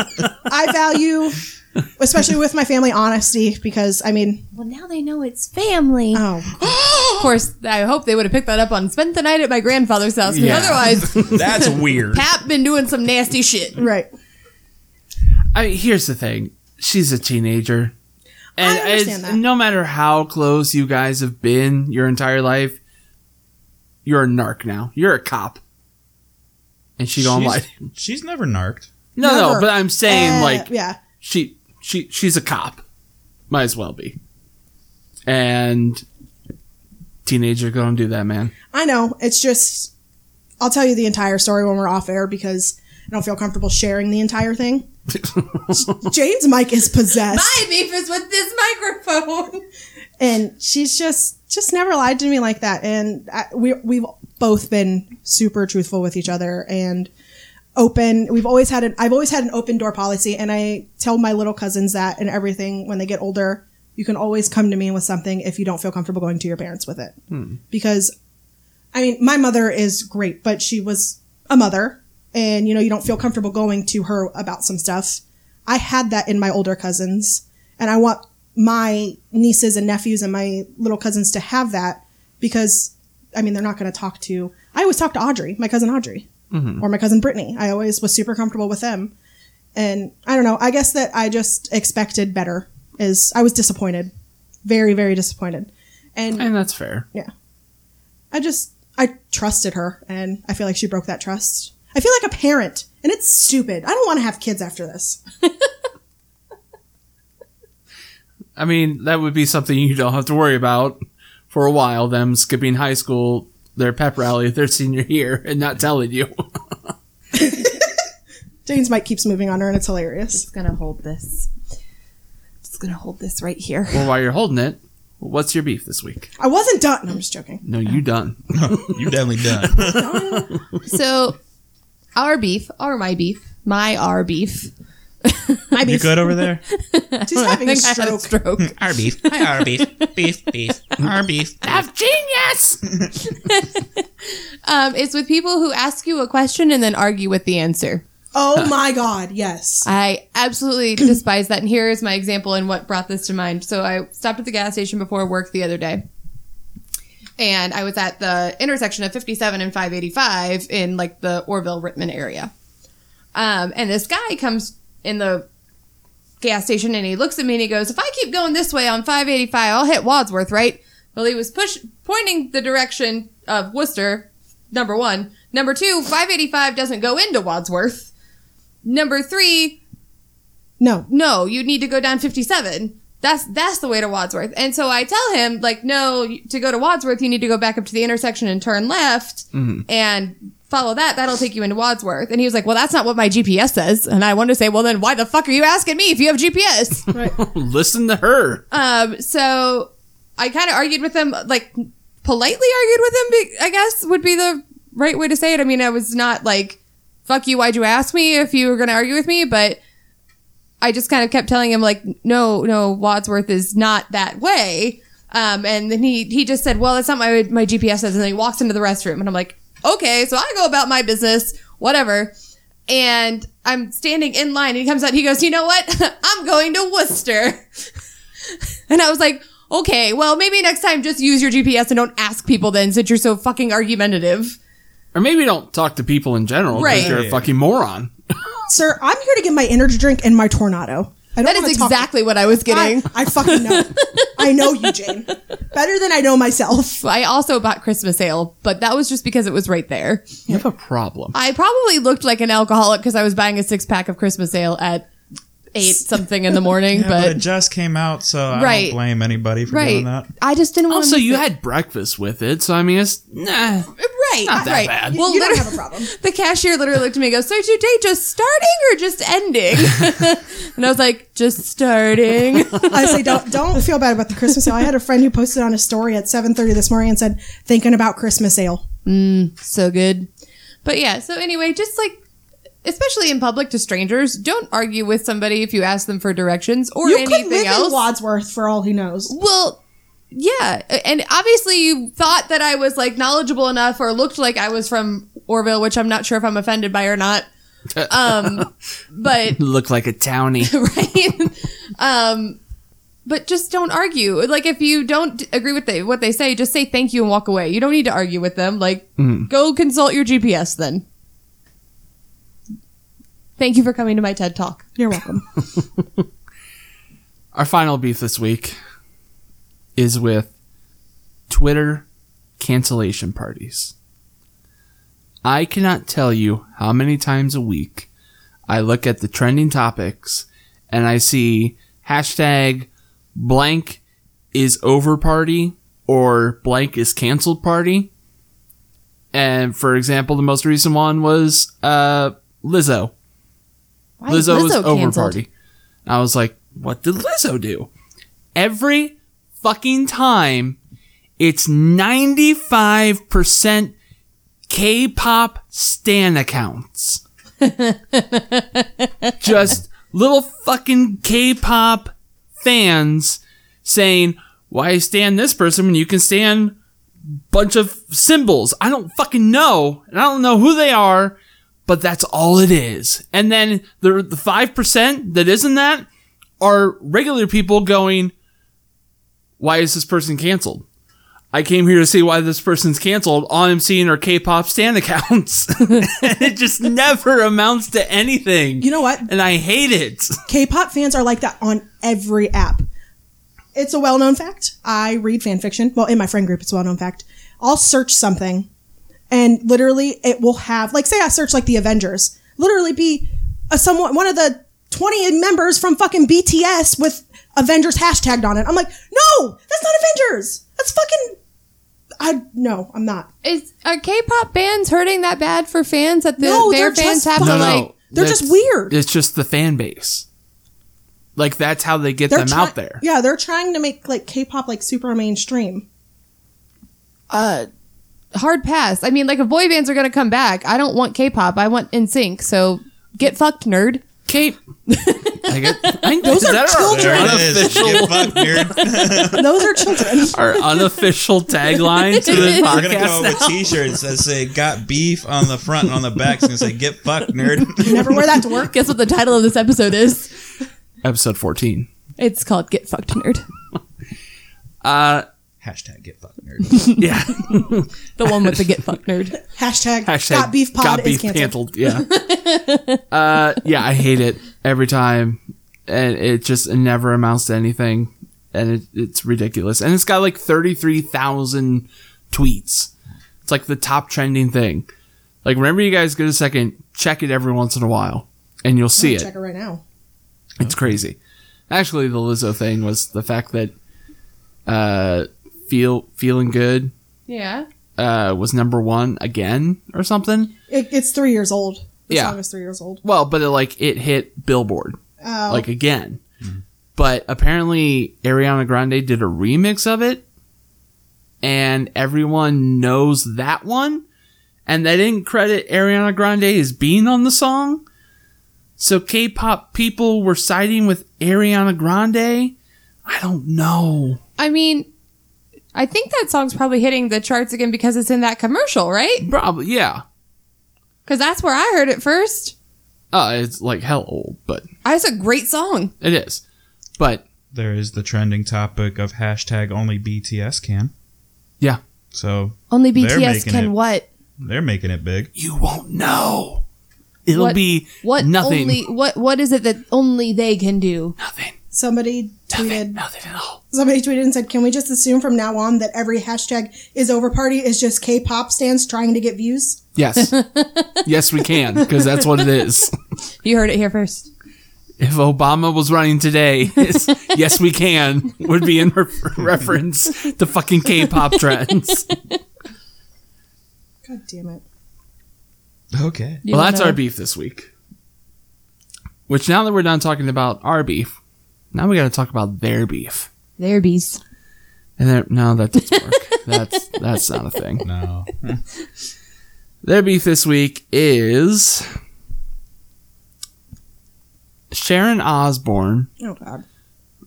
Speaker 4: I value, especially with my family, honesty because I mean,
Speaker 3: well, now they know it's family.
Speaker 4: oh,
Speaker 3: Of course, I hope they would have picked that up on spend the night at my grandfather's house. 'cause
Speaker 1: Yeah.
Speaker 3: Otherwise,
Speaker 2: That's weird.
Speaker 3: Pap been doing some nasty shit.
Speaker 4: right.
Speaker 1: I mean, here's the thing. She's a teenager. And
Speaker 4: I understand
Speaker 1: it's-
Speaker 4: that.
Speaker 1: no matter how close you guys have been your entire life, you're a narc now. You're a cop. And she don't
Speaker 2: she's,
Speaker 1: like
Speaker 2: she's never narked.
Speaker 1: No, no,
Speaker 4: Never.
Speaker 1: but I'm saying
Speaker 4: Uh,
Speaker 1: like
Speaker 4: yeah.
Speaker 1: she she she's a cop. Might as well be. And teenager gonna do that, man.
Speaker 4: I know. It's just, I'll tell you the entire story when we're off air because I don't feel comfortable sharing the entire thing. Jane's mic is possessed,
Speaker 3: My beef is with this microphone.
Speaker 4: and she's just just never lied to me like that. And I, we we've both been super truthful with each other and open. We've always had an I've always had an open door policy, and I tell my little cousins that and everything when they get older. You can always come to me with something if you don't feel comfortable going to your parents with it, because I mean, my mother is great, but she was a mother, and you know, you don't feel comfortable going to her about some stuff. I had that in my older cousins, and I want my nieces and nephews and my little cousins to have that because I mean they're not going to talk to. I always talk to Audrey, my cousin Audrey, or my cousin Brittany. I always was super comfortable with them, and I don't know. I guess that I just expected better. Is I was disappointed, very very disappointed, and
Speaker 1: And that's fair.
Speaker 4: I just I trusted her and I feel like she broke that trust. I feel like a parent and it's stupid. I don't want to have kids after this.
Speaker 1: I mean, that would be something you don't have to worry about for a while. Them skipping high school, their pep rally, their senior year, and not telling you.
Speaker 4: Jane's mic keeps moving on her and it's hilarious.
Speaker 3: Just gonna hold this. Just gonna hold this right here.
Speaker 1: well, while you're holding it, what's your beef this week?
Speaker 4: I wasn't done. No, I'm just joking.
Speaker 1: No, you done.
Speaker 2: You definitely done.
Speaker 3: so, our beef, or my beef, my our beef. my
Speaker 2: You good over there?
Speaker 4: She's having a stroke.
Speaker 3: stroke.
Speaker 2: Our beef. Hi, our beef. Beef, beef. Our beef.
Speaker 1: Have genius.
Speaker 3: um, it's with people who ask you a question and then argue with the answer.
Speaker 4: Oh my god, yes.
Speaker 3: I absolutely despise that. And here is my example and what brought this to mind. So I stopped at the gas station before work the other day. And I was at the intersection of 57 and 585 in like the Orville Rittman area. Um, and this guy comes in the gas station and he looks at me and he goes, If I keep going this way on 585, I'll hit Wadsworth, right? Well, he was push pointing the direction of Worcester, number one. Number two, 585 doesn't go into Wadsworth. Number three,
Speaker 4: No.
Speaker 3: no, you need to go down 57. That's that's the way to Wadsworth. And so I tell him like, no, you- to go to Wadsworth, you need to go back up to the intersection and turn left and follow that. That'll take you into Wadsworth. And he was like, well, that's not what my GPS says. And I want to say, well, then why the fuck are you asking me if you have GPS?
Speaker 1: Listen to her.
Speaker 3: Um, so I kind of argued with him, like politely argued with him, be- I guess would be the right way to say it. I mean, I was not like, fuck you, why'd you ask me if you were going to argue with me? But I just kind of kept telling him, like, no, no, Wadsworth is not that way. Um, and then he, he just said, well, that's not my, my GPS says. And then he walks into the restroom and I'm like, okay, so I go about my business, whatever. And I'm standing in line and he comes out, he goes, you know what? I'm going to Worcester. And I was like, okay, well, maybe next time just use your GPS and don't ask people then since you're so fucking argumentative.
Speaker 1: Or maybe don't talk to people in general because
Speaker 3: Right.
Speaker 1: you're a fucking moron.
Speaker 4: Sir, I'm here to get my energy drink and my tornado. I don't
Speaker 3: That is
Speaker 4: wanna talk-
Speaker 3: exactly what I was getting.
Speaker 4: I, I fucking know. I know you, Jane. Better than I know myself.
Speaker 3: I also bought Christmas ale, but that was just because it was right there.
Speaker 1: You have a problem.
Speaker 3: I probably looked like an alcoholic because I was buying a six pack of Christmas ale at eight something in the morning,
Speaker 2: Yeah, but, it
Speaker 3: but,
Speaker 2: just came out, so I
Speaker 3: Right.
Speaker 2: don't blame anybody for doing
Speaker 3: right.
Speaker 2: that.
Speaker 3: I just didn't want
Speaker 1: Also,
Speaker 3: to.
Speaker 1: you had breakfast with it, so I mean, it's nah.
Speaker 3: Right.
Speaker 1: Not that
Speaker 3: right.
Speaker 1: bad.
Speaker 3: Well,
Speaker 4: you don't
Speaker 3: literally-
Speaker 4: have a problem.
Speaker 3: the cashier literally looked at me and goes, So is your day just starting or just ending? and I was like, Just starting.
Speaker 4: Honestly, don't don't feel bad about the Christmas ale. I had a friend who posted on a story at 7:30 this morning and said, "Thinking about Christmas ale."
Speaker 3: so good. But yeah, so anyway, just like especially in public to strangers, don't argue with somebody if you ask them for directions or
Speaker 4: You
Speaker 3: anything
Speaker 4: could live
Speaker 3: else.
Speaker 4: in Wadsworth for all he knows.
Speaker 3: well, yeah, and obviously you thought that I was like knowledgeable enough or looked like I was from Orville, which I'm not sure if I'm offended by or not. Um, but
Speaker 1: Look like a townie.
Speaker 3: right? um, but just don't argue. Like if you don't agree with the, what they say, just say thank you and walk away. You don't need to argue with them. Like
Speaker 1: Mm-hmm.
Speaker 3: go consult your GPS then. Thank you for coming to my TED talk.
Speaker 4: You're welcome.
Speaker 1: Our final beef this week is with Twitter cancellation parties. I cannot tell you how many times a week I look at the trending topics and I see hashtag blank is over party or blank is canceled party. And for example, the most recent one was uh, Lizzo.
Speaker 3: Why is
Speaker 1: Lizzo, was
Speaker 3: Lizzo
Speaker 1: over
Speaker 3: canceled?
Speaker 1: party. I was like, what did Lizzo do? Every fucking time, it's 95% K pop Stan accounts. Just little fucking K pop fans saying, why stand this person when you can stand bunch of symbols? I don't fucking know. And I don't know who they are but that's all it is. And then the the five percent that isn't that are regular people going, Why is this person canceled? I came here to see why this person's canceled. All I'm seeing are K-pop stan accounts. and it just never amounts to anything.
Speaker 4: You know what?
Speaker 1: and I hate it.
Speaker 4: K-pop fans are like that on every app. It's a well-known fact. I read fan fiction. Well, in my friend group, it's a well-known fact. I'll search something, and literally, it will have like say I search like the Avengers. Literally, be a someone one of the twenty members from fucking BTS with Avengers hashtagged on it. I'm like, no, that's not Avengers. That's fucking. I no, I'm not.
Speaker 3: Is are K-pop bands hurting that bad for fans that the,
Speaker 4: No,
Speaker 3: their
Speaker 4: they're
Speaker 3: fans
Speaker 4: just
Speaker 3: have to
Speaker 4: fucking-
Speaker 3: like?
Speaker 4: they're
Speaker 1: That's-
Speaker 4: just weird.
Speaker 1: It's just the fan base. Like that's how they get
Speaker 4: They're
Speaker 1: them
Speaker 4: try-
Speaker 1: out there.
Speaker 4: Yeah, they're trying to make like K-pop like super mainstream.
Speaker 3: uh hard pass. I mean, like if boy bands are gonna come back, I don't want K-pop. I want NSYNC. So get fucked, nerd.
Speaker 1: Kate. I get, I,
Speaker 4: Those
Speaker 1: is
Speaker 4: are
Speaker 1: that our-
Speaker 4: children.
Speaker 1: Our,
Speaker 2: it is. You fuck, nerd.
Speaker 4: Those are children.
Speaker 1: our unofficial tagline to the
Speaker 2: We're gonna
Speaker 1: podcast.
Speaker 2: come up with T-shirts that say "Got beef" on the front and on the back. It's gonna say "Get fucked, nerd."
Speaker 4: Never wear that to work.
Speaker 3: Guess what the title of this episode is?
Speaker 1: Episode 14.
Speaker 3: It's called "Get Fucked, Nerd."
Speaker 2: Hashtag "Get fucked, nerd."
Speaker 1: Yeah.
Speaker 3: The one with the "Get Fucked, Nerd."
Speaker 4: Hashtag,
Speaker 1: Hashtag
Speaker 4: got beef pod
Speaker 1: got
Speaker 4: is
Speaker 1: beef
Speaker 4: canceled.
Speaker 1: canceled. Yeah. uh, yeah, I hate it every time. And it just it never amounts to anything. And it, it's ridiculous. And it's got like 33,000 tweets. It's like the top trending thing. Like, whenever you guys get a second, check it every once in a while. And you'll see it.
Speaker 4: Check it right now.
Speaker 1: It's crazy. Actually, the Lizzo thing was the fact that uh, feel feeling good
Speaker 3: Yeah.
Speaker 1: uh, was number one again or something.
Speaker 4: It, it's three years old. The
Speaker 1: Yeah.
Speaker 4: song is three years old.
Speaker 1: Well, but it, like it hit Billboard
Speaker 4: Oh,
Speaker 1: like again. But apparently, Ariana Grande did a remix of it, and everyone knows that one. And they didn't credit Ariana Grande as being on the song. So K pop people were siding with Ariana Grande. I don't know.
Speaker 3: I mean, I think that song's probably hitting the charts again because it's in that commercial, right?
Speaker 1: Probably, yeah.
Speaker 3: Because that's where I heard it first.
Speaker 1: Uh, it's like hell old, but
Speaker 3: That's a great song.
Speaker 1: it is. But
Speaker 2: there is the trending topic of hashtag only BTS can.
Speaker 1: Yeah.
Speaker 2: So
Speaker 3: Only
Speaker 2: They're
Speaker 3: BTS
Speaker 2: making
Speaker 3: can
Speaker 2: it.
Speaker 3: what?
Speaker 2: they're making it big.
Speaker 1: you won't know. It'll
Speaker 3: What-
Speaker 1: be
Speaker 3: What
Speaker 1: nothing.
Speaker 3: only what what is it that only they can do?
Speaker 1: nothing.
Speaker 4: somebody
Speaker 1: Nothing.
Speaker 4: tweeted.
Speaker 1: Nothing at all.
Speaker 4: Somebody tweeted and said, "Can we just assume from now on that every hashtag is over party is just K-pop stands trying to get views?"
Speaker 1: Yes. yes, we can, because that's what it is.
Speaker 3: You heard it here first.
Speaker 1: If Obama was running today, it's, yes, we can would be in re- reference to fucking K pop trends.
Speaker 4: God damn it!
Speaker 2: Okay.
Speaker 3: You
Speaker 1: Well,
Speaker 3: don't
Speaker 1: that's
Speaker 3: know.
Speaker 1: our beef this week. Which now that we're done talking about our beef, now we got to talk about their beef.
Speaker 3: They're bees.
Speaker 1: And then, no, that doesn't work. that's, that's not a thing.
Speaker 2: No.
Speaker 1: Their beef this week is Sharon Osbourne
Speaker 4: Oh God!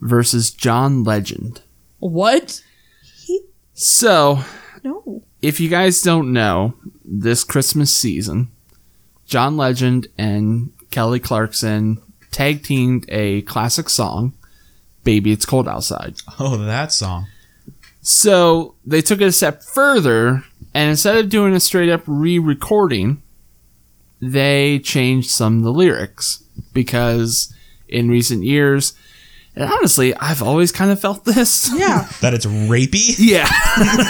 Speaker 1: versus John Legend.
Speaker 3: What?
Speaker 1: So,
Speaker 4: No.
Speaker 1: if you guys don't know, this Christmas season, John Legend and Kelly Clarkson tag teamed a classic song, Baby It's Cold Outside.
Speaker 2: Oh, that song.
Speaker 1: So they took it a step further, and instead of doing a straight up re recording, they changed some of the lyrics because in recent years, and honestly, I've always kind of felt this.
Speaker 4: Yeah,
Speaker 2: That it's rapey.
Speaker 1: Yeah.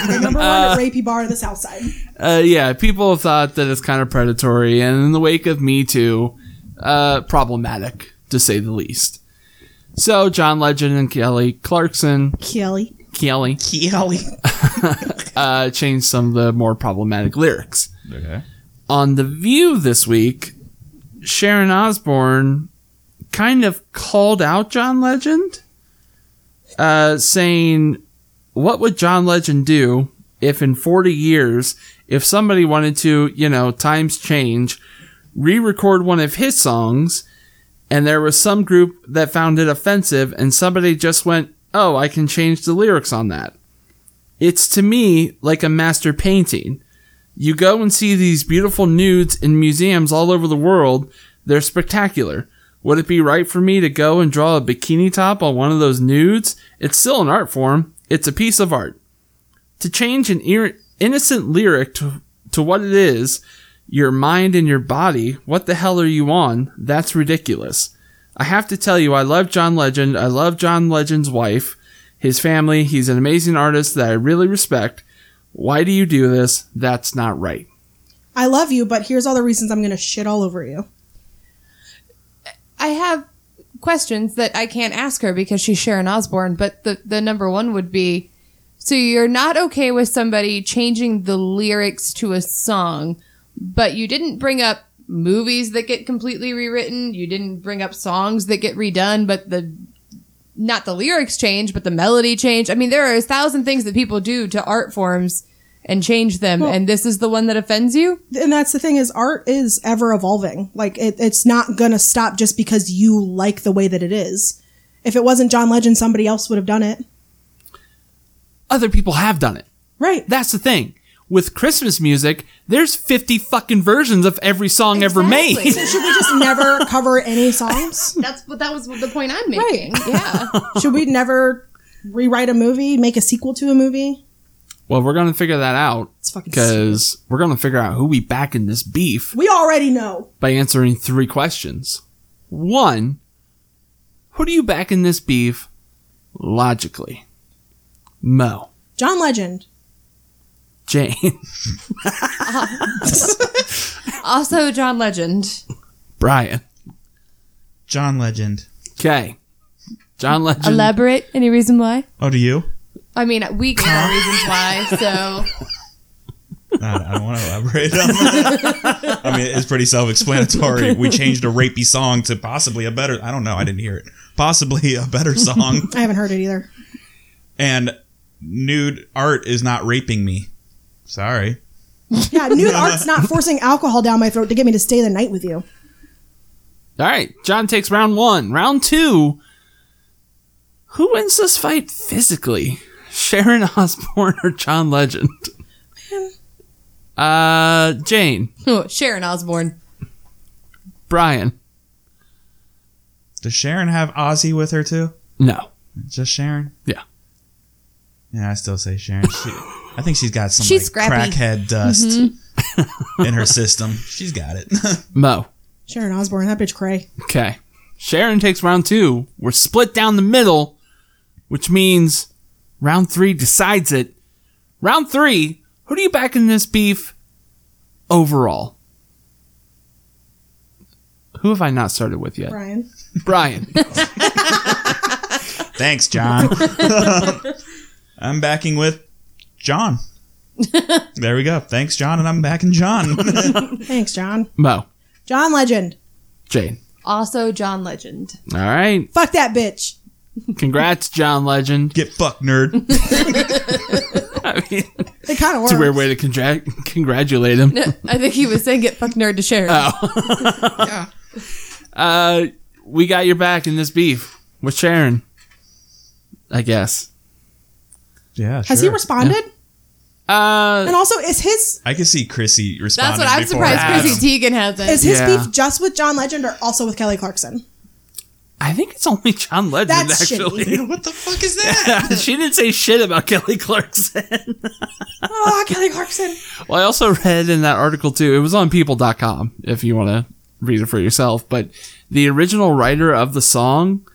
Speaker 4: the number one rapey bar in the South Side.
Speaker 1: uh, yeah, people have thought that it's kind of predatory, and in the wake of Me Too, uh, problematic to say the least. So John Legend and Kelly Clarkson,
Speaker 4: Kelly.
Speaker 1: Kelly,
Speaker 2: Kelly.
Speaker 1: uh, changed some of the more problematic lyrics.
Speaker 2: Okay.
Speaker 1: On The View this week, Sharon Osbourne kind of called out John Legend, uh, saying, What would John Legend do if in 40 years, if somebody wanted to, you know, times change, re record one of his songs, and there was some group that found it offensive, and somebody just went, Oh, I can change the lyrics on that? It's to me like a master painting. You go and see these beautiful nudes in museums all over the world. They're spectacular. Would it be right for me to go and draw a bikini top on one of those nudes? It's still an art form. It's a piece of art. To change an ir- innocent lyric to, to what it is, your mind and your body, what the hell are you on? That's ridiculous. I have to tell you, I love John Legend. I love John Legend's wife, his family. He's an amazing artist that I really respect. Why do you do this? That's not right.
Speaker 4: I love you, but here's all the reasons I'm going to shit all over you.
Speaker 3: I have questions that I can't ask her because she's Sharon Osbourne, but the, the number one would be so you're not okay with somebody changing the lyrics to a song, but you didn't bring up movies that get completely rewritten, you didn't bring up songs that get redone, but the not the lyrics change, but the melody change. I mean, there are a thousand things that people do to art forms and change them, and this is the one that offends you?
Speaker 4: and that's the thing is art is ever evolving like it, it's not gonna stop just because you like the way that it is if it wasn't john legend somebody else would have done it
Speaker 1: Other people have done it.
Speaker 4: right
Speaker 1: That's the thing. With Christmas music, there's 50 fucking versions of every song ever
Speaker 3: Exactly.
Speaker 1: made.
Speaker 4: should we just never cover any songs
Speaker 3: That's what that was the point I'm making. Yeah.
Speaker 4: should we never rewrite a movie make a sequel to a movie
Speaker 1: Well, we're going to figure that out
Speaker 4: it's fucking
Speaker 1: because we're going to figure out who we back in this beef
Speaker 4: we already know
Speaker 1: by answering three questions. One, who do you back in this beef logically? Mo,
Speaker 4: john legend
Speaker 1: Jane,
Speaker 3: Also, John Legend.
Speaker 1: Brian.
Speaker 2: John Legend.
Speaker 1: Okay. John Legend.
Speaker 3: Elaborate any reason why?
Speaker 2: Oh, do you?
Speaker 3: I mean, we gave our reasons why, so
Speaker 2: I don't, want to elaborate on that. I mean, it's pretty self-explanatory. We changed a rapey song to possibly a better. I don't know. I didn't hear it. Possibly a better song.
Speaker 4: i haven't heard it either
Speaker 2: and nude art is not raping me. Sorry.
Speaker 4: yeah nude art's not forcing alcohol down my throat to get me to stay the night with you
Speaker 1: All right, John takes round one. Round two. Who wins this fight physically? Sharon Osbourne or John Legend? Uh, Jane,
Speaker 3: Oh, Sharon Osbourne.
Speaker 1: Brian.
Speaker 2: Does Sharon have Ozzy with her too?
Speaker 1: No.
Speaker 2: Just Sharon?
Speaker 1: Yeah.
Speaker 2: Yeah, I still say Sharon. She, I think she's got some
Speaker 3: She's
Speaker 2: like,
Speaker 3: scrappy. Mm-hmm.
Speaker 2: crackhead dust in her system. She's got it.
Speaker 1: Mo.
Speaker 4: sharon osbourne that bitch cray
Speaker 1: Okay. Sharon takes round two. We're split down the middle, which means round three decides it. Round three, who do you back in this beef overall? Who have I not started with yet?
Speaker 4: brian
Speaker 1: Brian.
Speaker 2: Thanks, John. I'm backing with John. There we go. Thanks, John, and I'm backing John.
Speaker 4: thanks john
Speaker 1: Mo.
Speaker 4: john legend
Speaker 1: Jane.
Speaker 3: Also, John Legend.
Speaker 1: All right.
Speaker 4: fuck that bitch
Speaker 1: Congrats, John Legend.
Speaker 2: Get fucked, nerd.
Speaker 1: I mean,
Speaker 4: it kind of
Speaker 1: it's a weird
Speaker 4: works
Speaker 1: way to congra- congratulate him.
Speaker 3: I think he was saying get fuck nerd to Sharon.
Speaker 1: Uh, we got your back in this beef with Sharon. I guess.
Speaker 2: Yeah,
Speaker 4: has he
Speaker 2: sure.
Speaker 4: responded
Speaker 1: Uh,
Speaker 4: and also is his
Speaker 2: I could see Chrissy
Speaker 3: That's
Speaker 2: responding.
Speaker 3: what I'm
Speaker 2: before
Speaker 1: that.
Speaker 3: surprised
Speaker 2: Adam.
Speaker 3: Chrissy Teigen hasn't.
Speaker 4: Is his
Speaker 1: Yeah.
Speaker 4: beef just with John Legend or also with Kelly Clarkson?
Speaker 1: I think it's only John Legend
Speaker 4: That's
Speaker 1: actually.
Speaker 2: What the fuck is that?
Speaker 1: she didn't say shit about Kelly Clarkson.
Speaker 4: Oh, Kelly Clarkson.
Speaker 1: well, I also read in that article too. It was on people.com if you want to read it for yourself, but the original writer of the song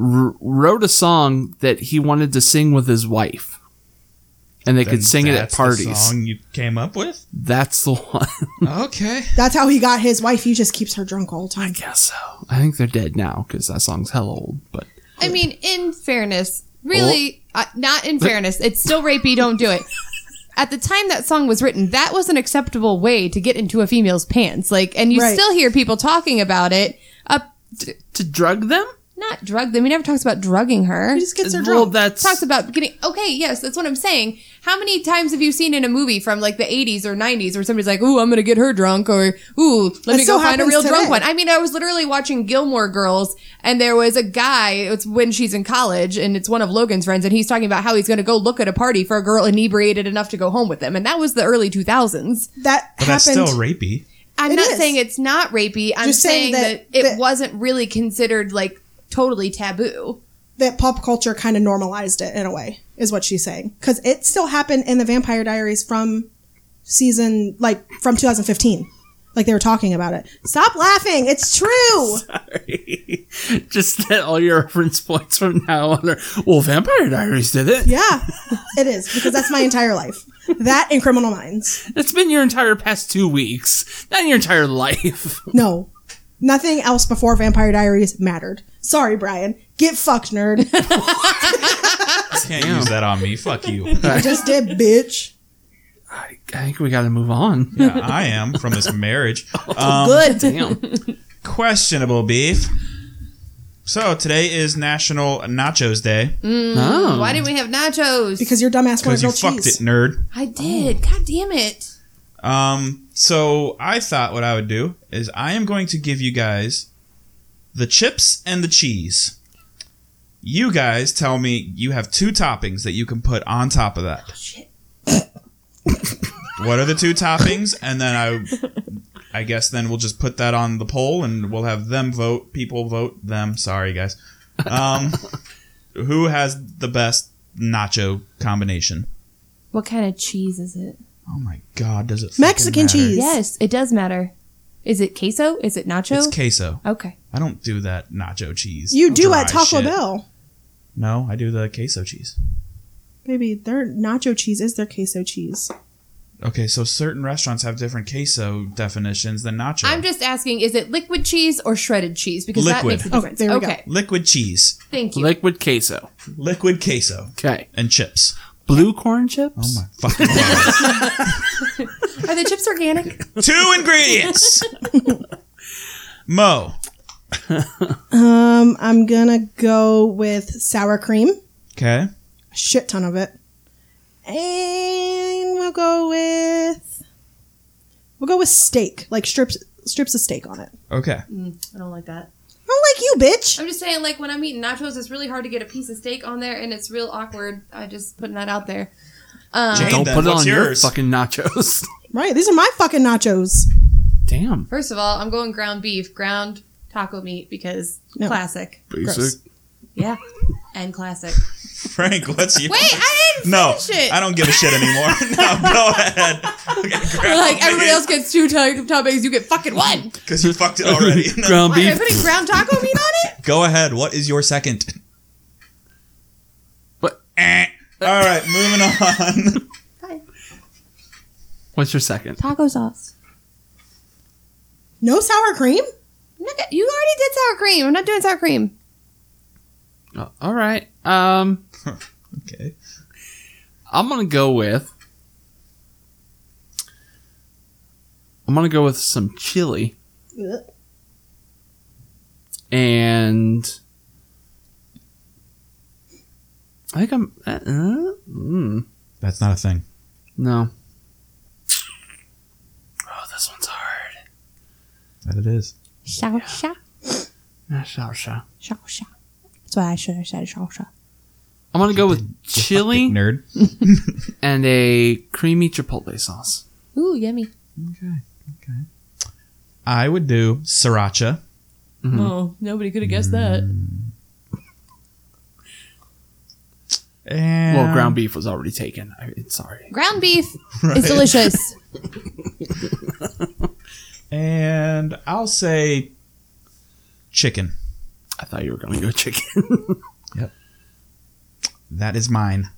Speaker 1: r- wrote a song that he wanted to sing with his wife. And they could sing it at
Speaker 2: That's the
Speaker 1: parties.
Speaker 2: song you came up with?
Speaker 1: That's the one.
Speaker 2: Okay.
Speaker 4: That's how he got his wife. He just keeps her drunk all the time.
Speaker 1: Guess so. I think they're dead now because that song's hell old. But
Speaker 3: I mean, in fairness, really, uh, not in fairness, it's still rapey, don't do it. At the time that song was written, that was an acceptable way to get into a female's pants. Like, and you
Speaker 4: Right.
Speaker 3: still hear people talking about it. Up,
Speaker 1: to drug them,
Speaker 3: not drug them. He never talks about drugging her.
Speaker 4: He just gets her
Speaker 1: well,
Speaker 4: drunk.
Speaker 1: that's
Speaker 3: talks about getting okay yes that's what i'm saying how many times have you seen in a movie from like the 80s or 90s where somebody's like ooh i'm gonna get her drunk or ooh let me
Speaker 4: still
Speaker 3: go find a
Speaker 4: happens
Speaker 3: real
Speaker 4: today.
Speaker 3: drunk one i mean i was literally watching gilmore girls and there was a guy it's when she's in college and it's one of logan's friends and he's talking about how he's gonna go look at a party for a girl inebriated enough to go home with them and that was the early 2000s
Speaker 4: that
Speaker 2: But that's
Speaker 4: happened.
Speaker 2: still rapey.
Speaker 3: i'm
Speaker 4: It
Speaker 3: not
Speaker 4: is.
Speaker 3: saying it's not rapey i'm
Speaker 4: Just
Speaker 3: saying,
Speaker 4: saying that-
Speaker 3: that, it
Speaker 4: that-
Speaker 3: wasn't really considered like totally taboo
Speaker 4: that pop culture kind of normalized it in a way, is what she's saying. Because it still happened in the Vampire Diaries from season, like from 2015. Like they were talking about it. Stop laughing. It's true.
Speaker 1: Just that all your reference points from now on are well, Vampire Diaries did it.
Speaker 4: Yeah, it is because that's my entire life. That and Criminal Minds.
Speaker 1: That's been your entire past two weeks, not your entire life.
Speaker 4: No, nothing else before Vampire Diaries mattered. Sorry, Brian. Get fucked, nerd.
Speaker 2: Can't use that on me. Fuck you.
Speaker 4: I just did, bitch.
Speaker 1: I, I think we got to move on.
Speaker 2: Yeah, I am from this marriage.
Speaker 1: Oh.
Speaker 2: Um,
Speaker 4: Good.
Speaker 1: Damn.
Speaker 2: questionable beef. So today is National Nachos Day
Speaker 1: Oh.
Speaker 3: Why didn't we have nachos?
Speaker 4: Because your dumbass wanted
Speaker 2: because you
Speaker 4: grilled
Speaker 2: fucked
Speaker 4: cheese.
Speaker 2: it, nerd.
Speaker 3: I did. God damn it.
Speaker 2: Um, so I thought what I would do is I am going to give you guys the chips and the cheese. You guys tell me you have two toppings that you can put on top of that. what are the two toppings? And then I, I guess then we'll just put that on the poll and we'll have them vote. People vote them. Sorry guys. Um, who has the best nacho combination?
Speaker 3: What kind of cheese is it?
Speaker 2: Oh my god, does it fucking
Speaker 4: Mexican
Speaker 2: matter?
Speaker 4: cheese.
Speaker 3: Yes, it does matter. Is it queso? Is it nacho?
Speaker 2: It's queso.
Speaker 3: okay.
Speaker 2: I don't do that nacho cheese.
Speaker 4: You do
Speaker 2: Dry
Speaker 4: at Taco
Speaker 2: shit.
Speaker 4: Bell.
Speaker 2: No, I do the queso cheese.
Speaker 4: Maybe their nacho cheese is their queso cheese.
Speaker 2: Okay, so certain restaurants have different queso definitions than nacho.
Speaker 3: I'm just asking, is it liquid cheese or shredded cheese? Because that
Speaker 2: Liquid.
Speaker 3: makes a
Speaker 4: Okay,
Speaker 3: difference.
Speaker 4: there we go.
Speaker 3: okay,
Speaker 2: Liquid cheese,
Speaker 3: thank you.
Speaker 1: Liquid queso.
Speaker 2: liquid queso,
Speaker 1: Okay.
Speaker 2: and chips.
Speaker 1: Blue corn chips?
Speaker 2: Oh my fucking god.
Speaker 3: Are the chips organic?
Speaker 2: Two ingredients! Mo.
Speaker 4: Um, I'm gonna go with sour cream,
Speaker 2: Okay.
Speaker 4: a shit ton of it, and we'll go with we'll go with steak, like strips strips of steak on it.
Speaker 2: Okay.
Speaker 3: I don't like that.
Speaker 4: I don't like you, bitch.
Speaker 3: I'm just saying, like when I'm eating nachos, it's really hard to get a piece of steak on there, and it's real awkward. I just putting that out there. Um,
Speaker 2: Jane,
Speaker 1: Don't
Speaker 2: then,
Speaker 1: put it
Speaker 2: what's
Speaker 1: on
Speaker 2: yours?
Speaker 1: your fucking nachos.
Speaker 4: Right? These are my fucking nachos.
Speaker 1: Damn.
Speaker 3: First of all, I'm going ground beef, ground taco meat because
Speaker 4: No.
Speaker 3: classic.
Speaker 4: Gross.
Speaker 3: Yeah, and classic.
Speaker 2: Frank, what's yours?
Speaker 3: Wait, I didn't
Speaker 2: no,
Speaker 3: finish it.
Speaker 2: I don't give a shit anymore. no, go ahead.
Speaker 3: like everybody else gets two to- toppings, you get fucking one.
Speaker 2: Because you fucked it already. No.
Speaker 1: Ground
Speaker 3: Why, are
Speaker 1: beef.
Speaker 3: you putting ground taco meat on it?
Speaker 2: Go ahead. What is your second?
Speaker 1: What?
Speaker 2: Eh. All right, moving on.
Speaker 1: What's your second?
Speaker 3: Taco sauce.
Speaker 4: No sour cream?
Speaker 3: I'm not gonna- You already did sour cream. I'm not doing sour cream.
Speaker 1: Uh, all right. Um,
Speaker 2: okay.
Speaker 1: I'm gonna go with. I'm gonna go with some chili
Speaker 4: Ugh.
Speaker 1: and. I think I'm. Uh, uh, mm,
Speaker 2: That's not a thing.
Speaker 1: no. Oh, this one's hard.
Speaker 2: That it is.
Speaker 5: Salsa,
Speaker 1: Ah, salsa.
Speaker 5: salsa. That's why I should have said salsa.
Speaker 1: I'm gonna go with chili
Speaker 2: Nerd.
Speaker 1: and a creamy chipotle sauce.
Speaker 3: Ooh, yummy.
Speaker 2: I would do sriracha.
Speaker 1: Hmm.
Speaker 3: Oh, nobody could have guessed that.
Speaker 2: And
Speaker 1: Well, ground beef was already taken. I, sorry.
Speaker 3: Ground beef
Speaker 2: Right.
Speaker 3: is delicious.
Speaker 2: And I'll say chicken.
Speaker 1: I thought you were gonna go chicken.
Speaker 2: That is mine.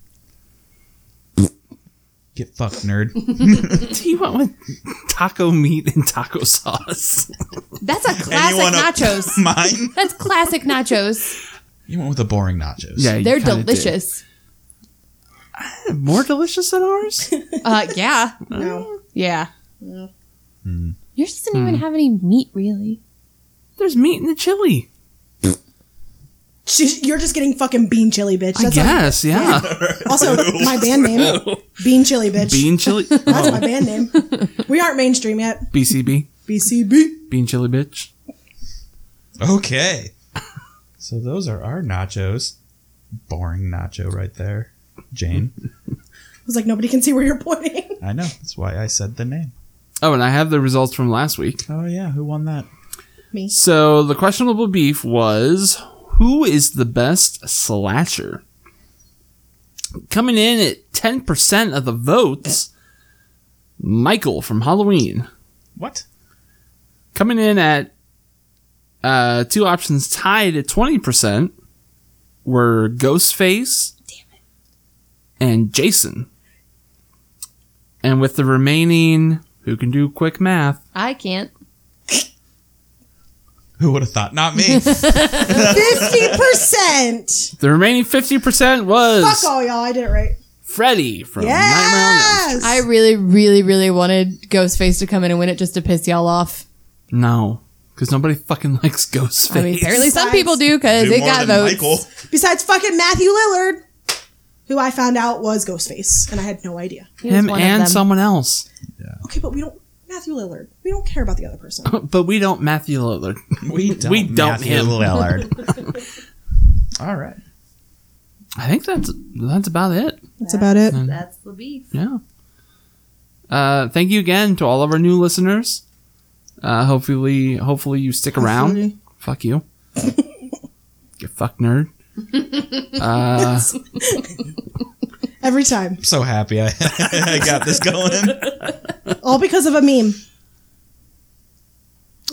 Speaker 2: Get fucked, nerd.
Speaker 1: Do you want with taco meat and taco sauce?
Speaker 3: That's a
Speaker 2: And you
Speaker 3: classic
Speaker 2: wanna-
Speaker 3: nachos.
Speaker 2: mine?
Speaker 3: That's classic nachos.
Speaker 2: You went with the boring nachos.
Speaker 1: Yeah, you
Speaker 3: They're
Speaker 1: kinda
Speaker 3: delicious.
Speaker 1: do. More delicious than ours.
Speaker 3: Uh, yeah,
Speaker 4: No.
Speaker 3: yeah.
Speaker 2: Hmm.
Speaker 5: Yours doesn't even have any meat, really.
Speaker 1: There's meat in the chili.
Speaker 4: She, you're just getting fucking bean chili, bitch.
Speaker 1: I
Speaker 4: That's
Speaker 1: guess. yeah.
Speaker 4: all- also my band name. Bean chili, bitch.
Speaker 1: Bean chili.
Speaker 4: That's
Speaker 1: Oh,
Speaker 4: my band name. We aren't mainstream yet.
Speaker 1: BCB.
Speaker 4: BCB.
Speaker 1: Bean chili, bitch.
Speaker 2: Okay. So those are our nachos. Boring nacho right there, Jane.
Speaker 4: I was like, nobody can see where you're pointing.
Speaker 2: I know. That's why I said the name.
Speaker 1: Oh, and I have the results from last week.
Speaker 2: Oh yeah, who won that?
Speaker 1: So the questionable beef was who is the best slasher? Coming in at 10% of the votes, Michael from Halloween.
Speaker 2: What?
Speaker 1: Coming in at uh, two options tied at 20% were Ghostface and Jason. And with the remaining, who can do quick math?
Speaker 3: I can't.
Speaker 2: Who would have thought? Not me.
Speaker 4: Fifty percent.
Speaker 1: The remaining 50%
Speaker 4: Fuck
Speaker 1: was
Speaker 4: all y'all. I did it right.
Speaker 1: Freddy from Nightmare on Elm
Speaker 4: Yes.
Speaker 3: I really, really, really wanted Ghostface to come in and win it just to piss y'all off.
Speaker 1: No, because nobody fucking likes Ghostface.
Speaker 3: I mean, apparently some
Speaker 4: Besides-
Speaker 3: people do because
Speaker 2: Do
Speaker 3: it
Speaker 2: more
Speaker 3: got
Speaker 2: than
Speaker 3: votes.
Speaker 2: Michael.
Speaker 4: Besides fucking Matthew Lillard, who I found out was Ghostface, and I had no idea.
Speaker 3: He was
Speaker 1: Him
Speaker 3: one of
Speaker 1: and
Speaker 3: them.
Speaker 1: someone else,
Speaker 4: Okay, but we don't Matthew Lillard. We don't care about the other person.
Speaker 1: but we don't Matthew Lillard.
Speaker 2: We don't.
Speaker 1: We don't
Speaker 2: Matthew
Speaker 1: him.
Speaker 2: Lillard. All right.
Speaker 1: I think that's that's about it.
Speaker 4: That's about it.
Speaker 3: That's the beef.
Speaker 1: Yeah. Uh, thank you again to all of our new listeners. Uh, hopefully, hopefully you stick around.
Speaker 4: Hopefully.
Speaker 1: Fuck you, you fuck nerd. Uh,
Speaker 4: Every time,
Speaker 2: I'm so happy I, I got this going.
Speaker 4: all because of a meme.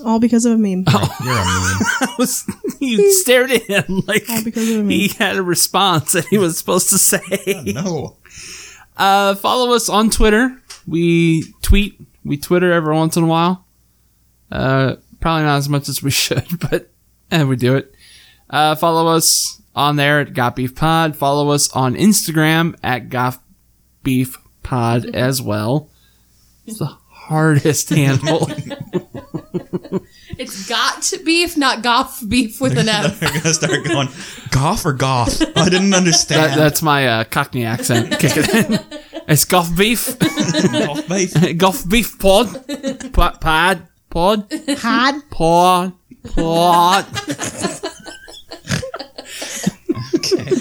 Speaker 4: All because of a meme.
Speaker 2: You're a mean.
Speaker 1: I was, you stared at him like
Speaker 4: All because of a meme.
Speaker 1: he had a response that he was supposed to say.
Speaker 2: No.
Speaker 1: Uh, follow us on Twitter. We tweet, we Twitter every once in a while. Uh, probably not as much as we should, but eh, we do it. Uh, follow us on there at Got Beef Pod. Follow us on Instagram at Got Beef Pod as well. It's the hardest handle.
Speaker 3: It's got beef, not goff beef with an F.
Speaker 2: They're gonna start going goff or goff. I didn't understand.
Speaker 1: that, that's my uh, Cockney accent kicking in. It's Goff Beef,
Speaker 2: Goff beef.
Speaker 1: Goff Beef Pod, pod, pod, pod.
Speaker 4: Pod.
Speaker 1: Pawn. Pawn. okay.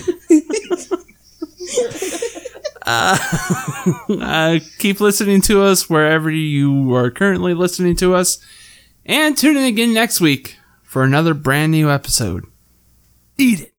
Speaker 1: uh, keep listening to us wherever you are currently listening to us. And tune in again next week for another brand new episode. Eat it.